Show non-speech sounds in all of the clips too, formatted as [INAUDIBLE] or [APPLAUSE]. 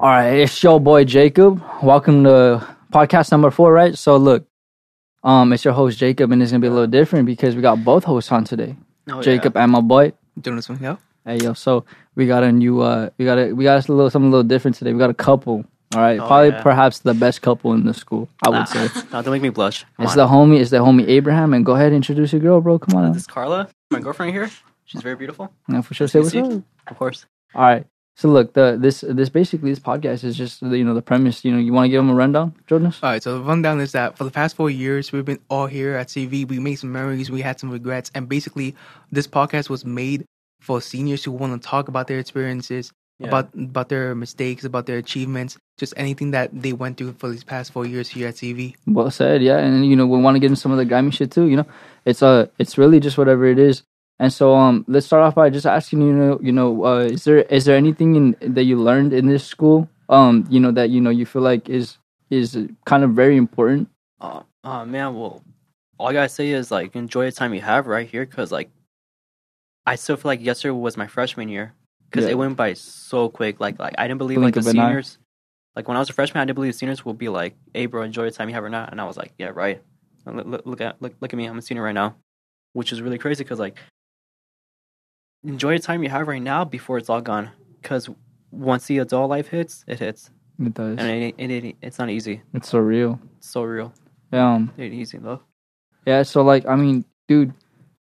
All right, it's your boy Jacob. Welcome to podcast number four, right? So look, um, it's your host Jacob, and it's gonna be a little different because we got both hosts on today, Oh, Jacob and my boy. yeah. doing this one. Yeah. Hey yo, so we got a new, uh, we got a, we got us a little something a little different today. We got a couple. All right, Oh, probably yeah. perhaps the best couple in the school, I would Nah. [LAUGHS] say. No, don't make me blush. Come It's on. the homie, it's the homie Abraham, and go ahead and introduce your girl, bro. Come on, this is Carla, my girlfriend here. She's very beautiful, yeah, for sure. Say what's Stacey. up. of course. All right. So look, the this this basically this podcast is just the, you know the premise. You know, you want to give them a rundown, Jonas? All right, so the rundown is that for the past four years, we've been all here at CV. We made some memories, we had some regrets, and basically, this podcast was made for seniors who want to talk about their experiences, Yeah. about about their mistakes, about their achievements, just anything that they went through for these past four years here at CV. Well said. Yeah, and you know we want to give them some of the grimy shit too. You know, it's uh it's really just whatever it is. And so um, let's start off by just asking you know you know uh, is there is there anything in, that you learned in this school um you know that you know you feel like is is kind of very important. Uh, uh, man, well, all I gotta say is like enjoy the time you have right here, cause like I still feel like yesterday was my freshman year, cause Yeah. it went by so quick. Like, like I didn't believe Blink like of the an eye. seniors. Like when I was a freshman, I didn't believe seniors would be like, "Hey, bro, enjoy the time you have or not." And I was like, "Yeah, right." Look, look, look at look, look at me, I'm a senior right now, which is really crazy, cause like enjoy the time you have right now before it's all gone, cause once the adult life hits, it hits, It does. and it, ain't- it, ain't it's not easy. It's so real. It's so real. Yeah, Um, It ain't easy though. Yeah, so like I mean, dude,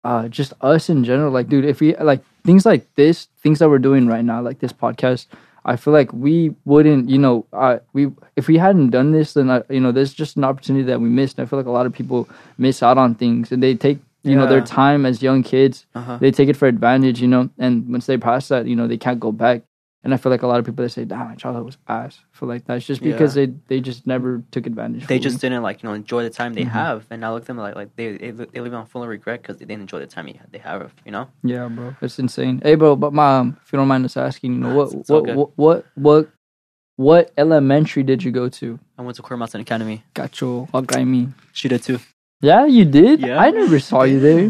uh just us in general, like dude, if we like things like this, things that we're doing right now, like this podcast, I feel like we wouldn't, you know, uh, we if we hadn't done this, then I, you know, there's just an opportunity that we missed. And I feel like a lot of people miss out on things, and they take you know their Yeah. time as young kids, Uh-huh. they take it for advantage, you know, and once they pass that, you know, they can't go back. And I feel like a lot of people they say, "Damn, my childhood was ass." I feel like that's just because they they just never took advantage. they fully. just didn't like you know enjoy the time they Mhm. have, and now look at them like like they they, li- they live on full of regret because they didn't enjoy the time you- they have. You know, Yeah, bro, it's insane. Hey, bro, but mom, if you don't mind us asking, you know Nah, what, it's- it's all what, good. what, what, what, what elementary did you go to? I went to Cormoran Academy. Gacho, Hakaimi. She did too. Yeah, you did. Yeah. I never saw you there.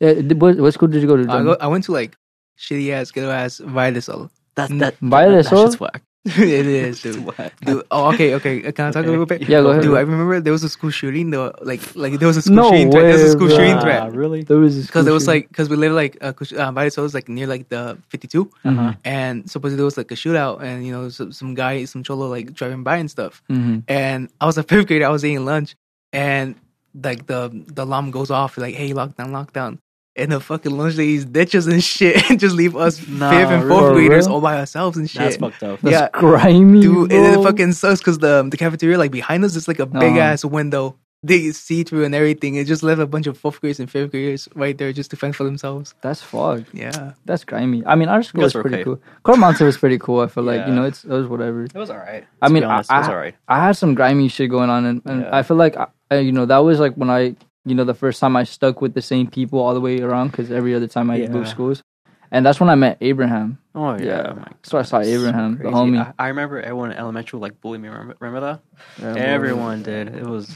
Yeah, did- what, what school did you go to? I, John? go, I went to like shitty ass, ghetto ass Vidasol. That's Mm. that. By that, the that soul? shit's whack. [LAUGHS] it is, dude. [LAUGHS] [LAUGHS] whack. Dude, [LAUGHS] oh, okay, okay. Can I talk Okay. a little bit? Yeah, go ahead. Dude, I remember there was a school shooting. Though, like, like there was a school No shooting threat. There was way, a school bro. shooting Nah, threat. really? There was because there was like because we live like uh, Kush- uh Valle Sol is like near like the 52 hmm and supposedly there was like a shootout and you know some, some guy some cholo like driving by and stuff hmm and I was a [LAUGHS] fifth grade I was eating lunch and like the the alarm goes off like hey lockdown lockdown and the fucking lunch ladies ditches and [LAUGHS] shit and just leave us Nah, fifth and for fourth graders real? all by ourselves and shit That's fucked up. That's yeah. grimy, Dude, bro. and it fucking sucks because the the cafeteria like behind us is like a big Uh-huh. ass window. They see through and everything. It just left a bunch of fourth graders and fifth graders right there just to fend for themselves. That's fucked. Yeah, That's grimy. I mean, our school was guys were pretty okay. cool. Coromante was pretty cool. [LAUGHS] I feel like you Yeah. know, it's it was whatever. It was alright. I mean, be honest, I- it was I- alright. I had some grimy shit going on, and, and Yeah. I feel like I, I- you know that was like when I you know the first time I stuck with the same people all the way around because every other time I Yeah. moved schools, and that's when I met Abraham. Oh yeah, yeah. my So I saw goodness. Abraham, the Crazy. homie. I, I remember everyone in elementary like bullied me. Remember, remember that? Yeah, bro. Uh, Everyone did. It was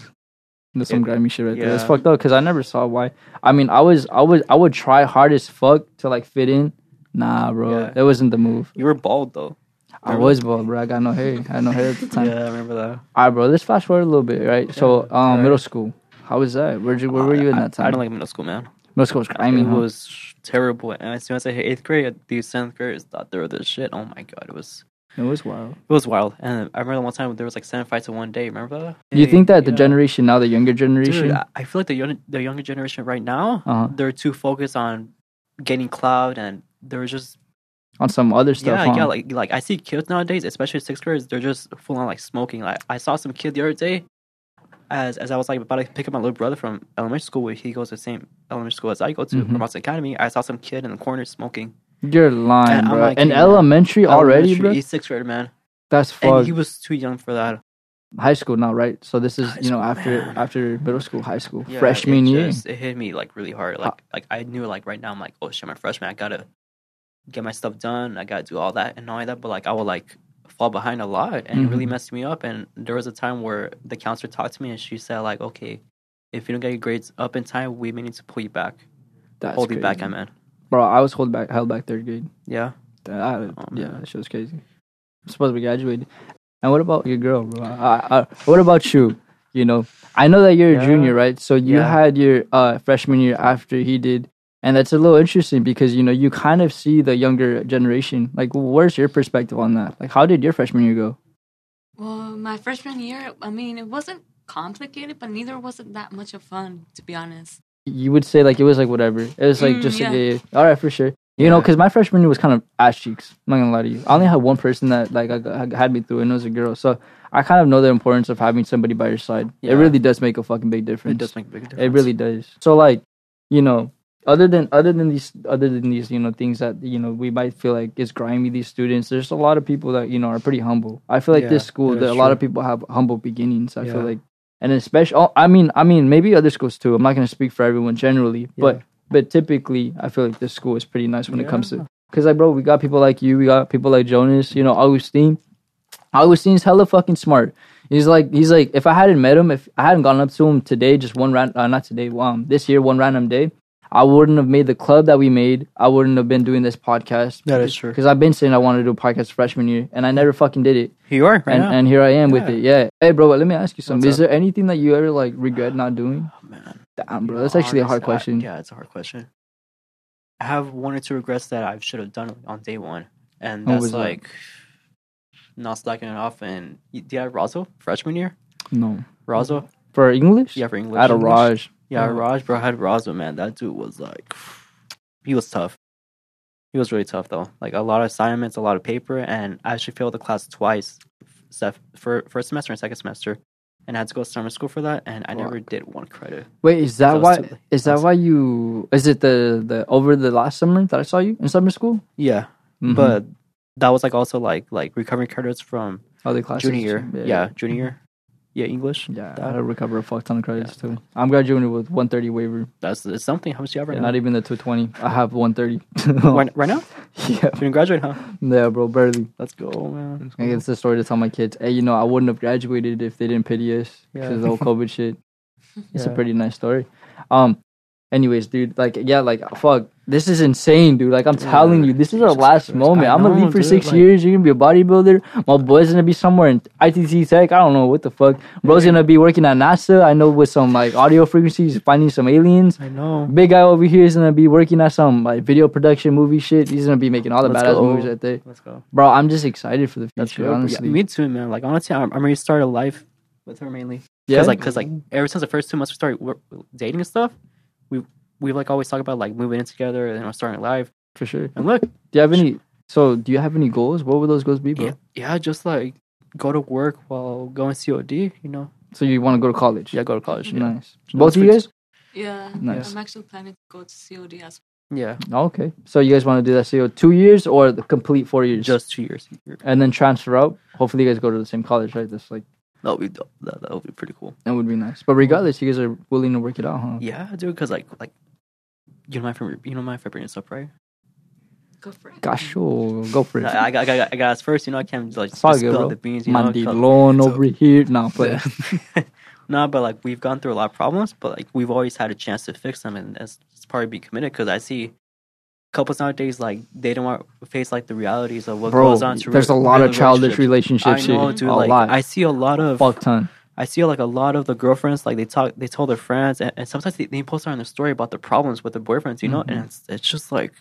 There's some it- grimy shit right there. It's yeah. fucked up because I never saw why. I mean, I was I was I would try hard as fuck to like fit in. Nah, bro, Yeah. that wasn't the move. you were bald though. I was bald, bro. I got no hair. I had no hair [LAUGHS] at the time. I remember that. All right, bro. Let's flash forward a little bit, right? So, um, alright. Uh, middle school. How was that? Where'd you, where were you in I- that time? I don't like middle school, man. middle school was I grimy. mean, it huh? was terrible. And as soon as I hit eighth grade, these seventh graders thought they were the shit. Oh my god, it was it was wild. it was wild. And I remember one time there was like seven fights in one day. Remember that? Do you think that the yeah. generation now, the younger generation, Dude, I, I feel like the young, the younger generation right now, Uh-huh. they're too focused on getting cloud and they're just on some other stuff? yeah huh? yeah like like I see kids nowadays, especially sixth graders, they're just full on like smoking. Like I saw some kid the other day. As, as I was like about to pick up my little brother from elementary school, where he goes to the same elementary school as I go to, Mhm. mm Academy, I saw some kid in the corner smoking. you're lying, And I'm bro. like, In yeah. elementary already, Elementary, bro. He's sixth grade, man. That's And fuck. he was too young for that. high school now, right? So this is High you know school, after man. after middle school, high school, Yeah, freshman it year. just- it hit me like really hard. Like, like I knew like right now, I'm like, oh shit, I'm a freshman. I gotta get my stuff done. I gotta do all that and all that. But like, I would like fall behind a lot, and it really Mhm. messed me up. And there was a time where the counselor talked to me, and she said like, okay, if you don't get your grades up in time, we may need to pull you back. That's Hold you back, I crazy. meant. bro. I was held back, held back third grade. Yeah. That- I- Oh, yeah, man. that shit was crazy. supposed to be graduating. And what about your girl, bro? I, I, what about you? You know, I know that you're Yeah. a junior, right? So you Yeah. had your uh, freshman year after he did, and that's a little interesting because you know you kind of see the younger generation. Like, where's your perspective on that? Like, how did your freshman year go? Well, my freshman year, I mean, it wasn't complicated, but neither was it that much of fun, to be honest. You would say like it was like whatever. It was like Mm, just like, yeah. yeah, yeah. all right for sure. You know, Yeah. because my freshman year was kind of ass cheeks. I'm not gonna lie to you. I only had one person that like I, I had me through, and it was a girl. So I kind of know the importance of having somebody by your side. Yeah. It really does make a fucking big difference. It does make a big difference. It really does. So like, you know, other than other than these other than these, you know, things that, you know, we might feel like is grimy these students, there's a lot of people that, you know, are pretty humble. I feel like Yeah, this school that that a is lot true. of people have humble beginnings, I Yeah. feel like. And especially oh, I mean I mean maybe other schools too. I'm not gonna speak for everyone generally, but but typically I feel like this school is pretty nice when it comes to because like bro, we got people like you, we got people like Jonas, you know, Augustine. Augustine's hella fucking smart. He's like he's like if I hadn't met him, if I hadn't gone up to him today, just one ran uh, not today, um, this year one random day, I wouldn't have made the club that we made. I wouldn't have been doing this podcast. That is true. Because I've been saying I wanted to do a podcast freshman year, and I never fucking did it. Here you are right And now. and here I am with Yeah. it. Yeah. Hey, bro, let me ask you something. What's Is there anything that you ever like regret not doing? Oh, man. Damn, bro, You know, that's actually a hard honest- I- question. yeah, it's a hard question. I have one or two regrets that I should have done on day one, and What that's was that? like not slacking it off. And yeah, Razo freshman year, No. Razo, For English? yeah, for English. At Mm-hmm. a English. Raj. Yeah, Oh. Raj, bro, I had Razo, man. That dude was like, he was tough. He was really tough though. Like a lot of assignments, a lot of paper, and I actually failed the class twice, sef- for first semester and second semester, and I had to go to summer school for that. And I never did one credit. Wait, is That that was why too late. is That that was- why you is it the the over the last summer that I saw you in summer school? Yeah, Mhm. but that was like also like like recovering credits from other classes. junior year. Yeah. Mm-hmm. junior year. Yeah, English. Yeah, That- I had to recover a fuck ton of credits too. I'm graduating with 130 waiver. That's it's something. How much do you have right Yeah, now? Not even the 220. I have 130. right, [LAUGHS] right now? You [LAUGHS] yeah, didn't graduate, huh? yeah, bro, barely. Let's go, man. I guess the story to tell my kids. Hey, you know, I wouldn't have graduated if they didn't pity us Yeah. because the whole [LAUGHS] COVID shit. It's a Yeah. pretty nice story. Um, anyways, dude, like, yeah, like, fuck, this is insane, dude. Like, I'm Yeah, telling you, this is our Jesus last Christ. moment. I I'm gonna know, leave for dude, six like- years. You're gonna be a bodybuilder. My boy's gonna be somewhere in ITT Tech. I don't know what the fuck. Bro's gonna be working at NASA. I know with some like audio frequencies, finding some aliens. I know. Big guy over here is gonna be working at some like video production movie shit. He's gonna be making all the Let's badass go. movies out there. Let's go. Bro, I'm just excited for the That's future, good. honestly. Yeah, me too, man. Like honestly, I'm, I'm ready to start a life with her mainly. Yeah? Cause like, cause like, ever since the first two months we started wor- dating and stuff, we we like always talk about like moving in together and you know, starting a life. for sure. Do And look, you have any? So, do you have any goals? What would those goals be, bro? yeah, yeah, just like go to work while going COD. You know, So you want to go to college? yeah, go to college. Yeah, Nice. Both of you guys? Yeah. Nice. I'm actually planning to go to COD as yeah, Okay. So you guys want to do that CO two years or the complete four years? just two years. You're- and then transfer out. Hopefully, you guys go to the same college, right? That's like That would be dope. that, that would be pretty cool. that would be nice. But regardless, you guys are willing to work it out, huh? Yeah, dude, because like like you know my favorite you know my favorite stuff, right? go for it. Gosh, oh, go for it. I, I, got- I, got- I got us first, you know. I can't like It's all just good, spill bro. the beans, you know. so- Mandilon so- over here. Now, play. no, but like we've gone through a lot of problems, but like we've always had a chance to fix them, and that's, that's probably be committed. Because I see couples nowadays like they don't want to face like the realities of [LAUGHS] what bro. goes on. To There's a real- lot of real childish relationships. relationship shit. I know, dude. a like lot. I see a lot of fuck ton. I see like a lot of the girlfriends like they talk they tell their friends and, and sometimes they, they post on their story about the problems with their boyfriends you know Mm-hmm. and it's it's just like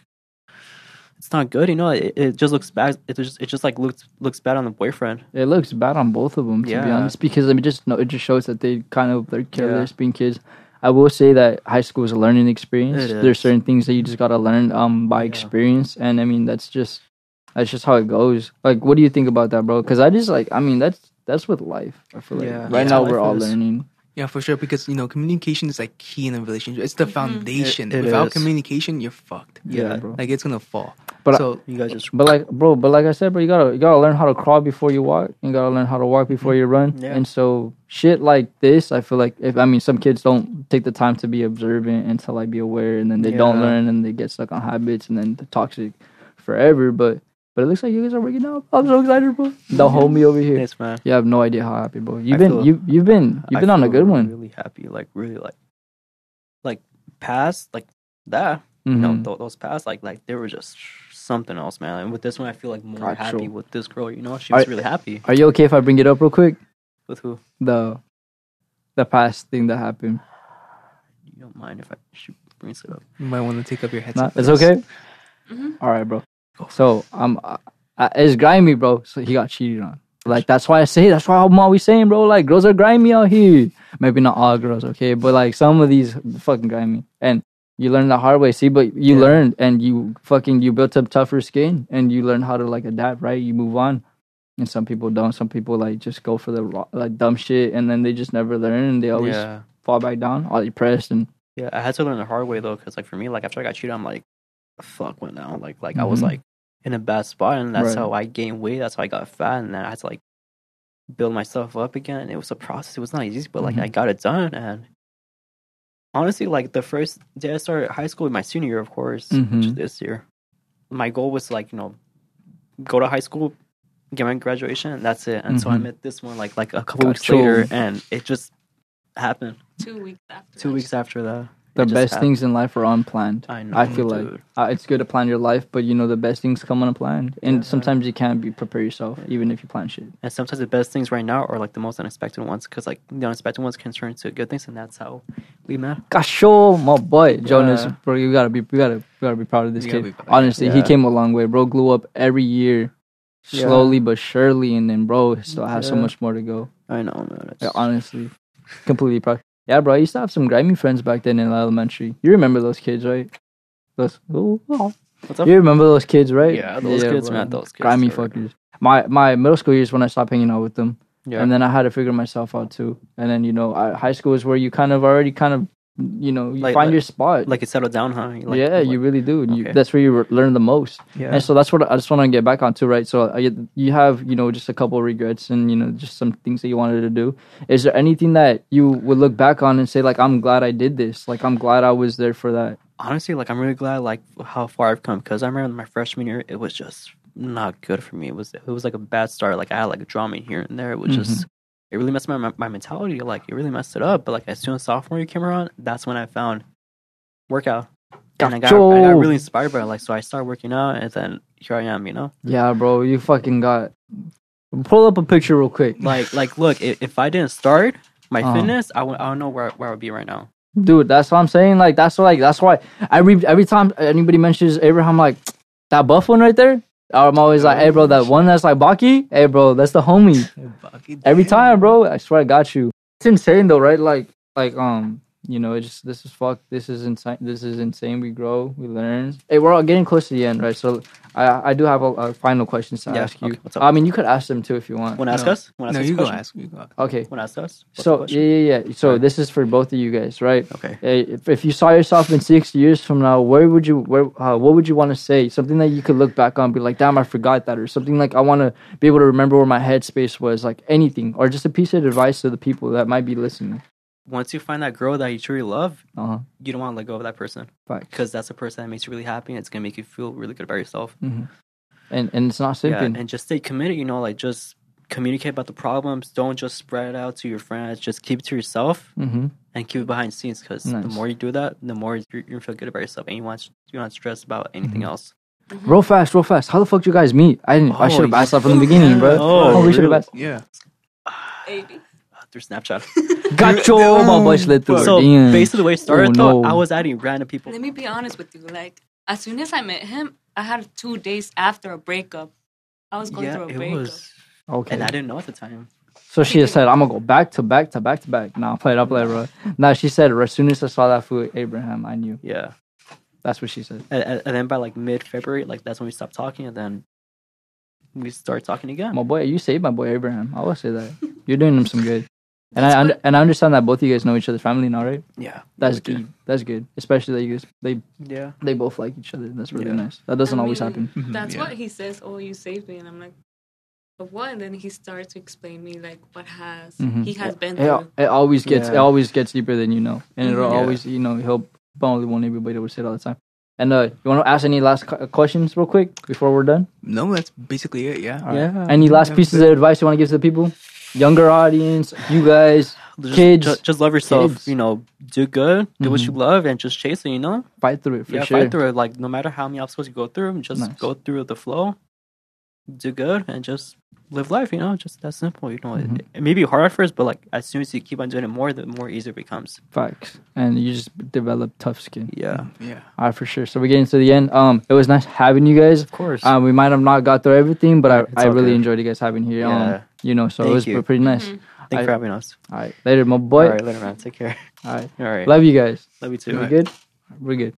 it's not good you know it, it just looks bad it just it just like looks looks bad on the boyfriend It looks bad on both of them, to be Yeah. honest, because I mean, just no, it just shows that they kind of they're careless being kids. I will say that high school is a learning experience. It There's is. certain things that you just gotta learn um by Yeah. experience, and I mean that's just that's just how it goes. Like, what do you think about that, bro? Because I just like I mean that's that's with life. I feel like Yeah. right Yeah, now life we're all is. learning. Yeah, for sure. Because you know, communication is like key in a relationship. It's the foundation. It- it Without is. communication, you're fucked. Yeah. bro. Like it's gonna fall. But I- so you [LAUGHS] guys just But like, bro, but like I said, bro, you gotta you gotta learn how to crawl before you walk. You gotta learn how to walk before you run. Yeah. And so shit like this, I feel like if I mean some kids don't take the time to be observant and to like be aware, and then they don't Yeah. learn and they get stuck on habits and then they're toxic forever. But but it looks like you guys are working out. I'm so excited, bro. The homie over here. yes man You have no idea how happy, bro. You've I been feel- you you've been you've I been on a feel good one. really happy like really like like past like that you know Mhm. Mm-hmm. th- those past like like they were just something else, man. And with this one, I feel like more Got happy you. with this girl. You know, she All was right. really happy Are you okay if I bring it up real quick? with who. The the past thing that happened. You don't mind if I she brings it up? You might want to take up your headset. Nah, it's first. okay. Mhm. All right, bro. So um, I, I, it's grimy, bro. So he got cheated on. Like that's why I say that's why I'm always saying, bro. Like girls are grimy out here. Maybe not all girls, okay, but like some of these fucking grimy. And you learn the hard way. See, but you Yeah. learned and you fucking you built up tougher skin and you learn how to like adapt, right? You move on. And some people don't. Some people like just go for the ro- like dumb shit and then they just never learn and they always yeah, fall back down, all depressed and yeah. I had to learn the hard way though, because like for me, like after I got cheated, I'm like, fuck, went now. Like, like I was Mhm. like in a bad spot, and that's Right. how I gained weight. That's how I got fat, and then I had to like build myself up again. It was a process. It was not easy, but like I got it done. And honestly, like the first day I started high school, my senior year, of course, which is Mhm. this year, my goal was to, like you know go to high school, get my graduation, and that's it. And so I Mhm. met this one like like a couple weeks Gotcha. later, and it just happened. Two weeks after. Two that. weeks after that, the it just best happened. things in life are unplanned. I know. I feel like- dude. uh, it's good to plan your life, but you know the best things come unplanned, and Yeah. sometimes you can't be prepare yourself, even if you plan shit. and sometimes the best things right now are like the most unexpected ones, because like the unexpected ones can turn into good things, and that's how we met. Gosh, oh, my boy Jonas, Yeah. bro, you gotta be, you gotta, you gotta be proud of this You gotta kid. be proud. Honestly, he Yeah. came a long way, bro. Grew up every year, Yeah. slowly but surely, and then bro still has so Yeah. much more to go. I know, man. It's, Yeah, honestly, completely proud. Yeah, bro, I used to have some grimy friends back then in elementary. You remember those kids, right? Those, ooh, oh. What's up? you remember those kids, right? Yeah, those kids, bro. man, those kids grimy are- fuckers. My my middle school years when I stopped hanging out with them. Yeah. and then I had to figure myself out too. And then you know, I, high school is where you kind of already kind of you know you Like- find like- your spot. like it settled down, huh? Like, yeah, you like- really do. You, okay. That's where you re- learn the most. yeah. And so that's what I just want to get back on too, right? So I, you have you know just a couple regrets and you know just some things that you wanted to do. Is there anything that you would look back on and say like I'm glad I did this? Like I'm glad I was there for that. honestly, like I'm really glad like how far I've come because I remember my freshman year, it was just not good for me. It was it was like a bad start. Like I had like drama here and there. It was Mm-hmm. just it really messed my, my my mentality. Like it really messed it up. But like as soon as sophomore year came around, that's when I found workout. And I got, I Gotcha. got really inspired by it. Like so I started working out and then here I am, you know? Yeah, bro, you fucking got. Pull up a picture real quick, Like like look, if, if I didn't start my Uh-huh. fitness, I would I don't know where where I would be right now. dude. That's what I'm saying. Like that's what, like that's why every every time anybody mentions Abraham, I'm like that buff one right there. I'm always like, hey bro, that one that's like Baki, hey bro, that's the homie. Fucking Every damn. time, bro, I swear I got you. It's insane though, right? Like like um, you know, it just this is fuck. This is insane. This is insane. We grow, we learn. Hey, we're all getting close to the end, right? So I I do have a, a final question to Yeah, ask you. okay, what's up? I mean, you could ask them too if you want. Wanna ask No. us? Wanna ask No, us a you go question? ask. You go. ask. Okay. Wanna ask us? What's the So question? yeah, yeah, yeah. So Alright. this is for both of you guys, right? Okay. Hey, if, if you saw yourself in six years from now, where would you where uh, what would you want to say? Something that you could look back on, and be like, damn, I forgot that, or something like I want to be able to remember where my headspace was, like anything, or just a piece of advice to the people that might be listening. Once you find that girl that you truly love, Uh huh. you don't want to let go of that person Facts. because that's a person that makes you really happy and it's going to make you feel really good about yourself. hmm And and it's not Yeah, simping. and just stay committed, you know, like just communicate about the problems. Don't just spread it out to your friends. Just keep it to yourself mm-hmm. and keep it behind the scenes because the Nice. more you do that, the more you're, you're going to feel good about yourself and you want, you're not stressed about Mm-hmm. anything else. Real fast, real fast. How the fuck did you guys meet? I didn't. I Oh, should have you- asked that from the beginning, bro. Oh, we should have really? asked. Yeah. Baby. Uh, [LAUGHS] Through Snapchat. Gotcha. My boy slid through. so Damn. basically, the way it started, Oh, though, no. I was adding random people. Let me be honest with you. Like, as soon as I met him, I had two days after a breakup. I was going Yeah, through a it breakup. was. okay. And I didn't know at the time. So she said, "I'm gonna go back to back to back to back." Nah, play it up, play it, bro. Nah, she said, "As soon as I saw that food, Abraham, I knew." Yeah. That's what she said. And, and, and then by like mid February, like that's when we stopped talking and then we start talking again. My boy, you saved my boy Abraham. I will say that you're doing him some good. And I under, and I understand that both of you guys know each other's family now, right? Yeah. That's we do. good. That's good. Especially that you guys, they Yeah. they both like each other. That's really Yeah. nice. That doesn't I always mean, happen. That's Yeah. what he says. Oh, you saved me, and I'm like, but what? And then he starts to explain me like what has Mhm. he has been It, through. it always gets it Yeah. always gets deeper than you know, and it'll Yeah. always you know he'll probably want everybody to say it all the time. And uh, you want to ask any last cu- questions real quick before we're done? No, that's basically it. Yeah. All right. Any last pieces of advice you want to give to the people? Younger audience, you guys, Just, Kids. just, just love yourself. Kids. You know, do good, do what you love, and just chase it. You know, Fight through it for yeah, sure. fight through it. Like no matter how many obstacles you go through, just Nice. go through the flow, do good, and just live life. You know, just that simple. You know, It- Mhm. it, may be hard at first, but like as soon as you keep on doing it more, the more easier it becomes. Facts. And you just develop tough skin. Yeah, Yeah. All right, for sure. So we're getting to the end. Um, it was nice having you guys. of course. Um, we might have not got through everything, but I, It's I all really good. enjoyed you guys having here. Yeah. Um, you know, so Thank it was you. pretty nice. Mhm. Thanks I- for having us. All right, later, my All boy. right, later, man. Take care. [LAUGHS] All right. All right, love you guys. love you too. We good? We're good.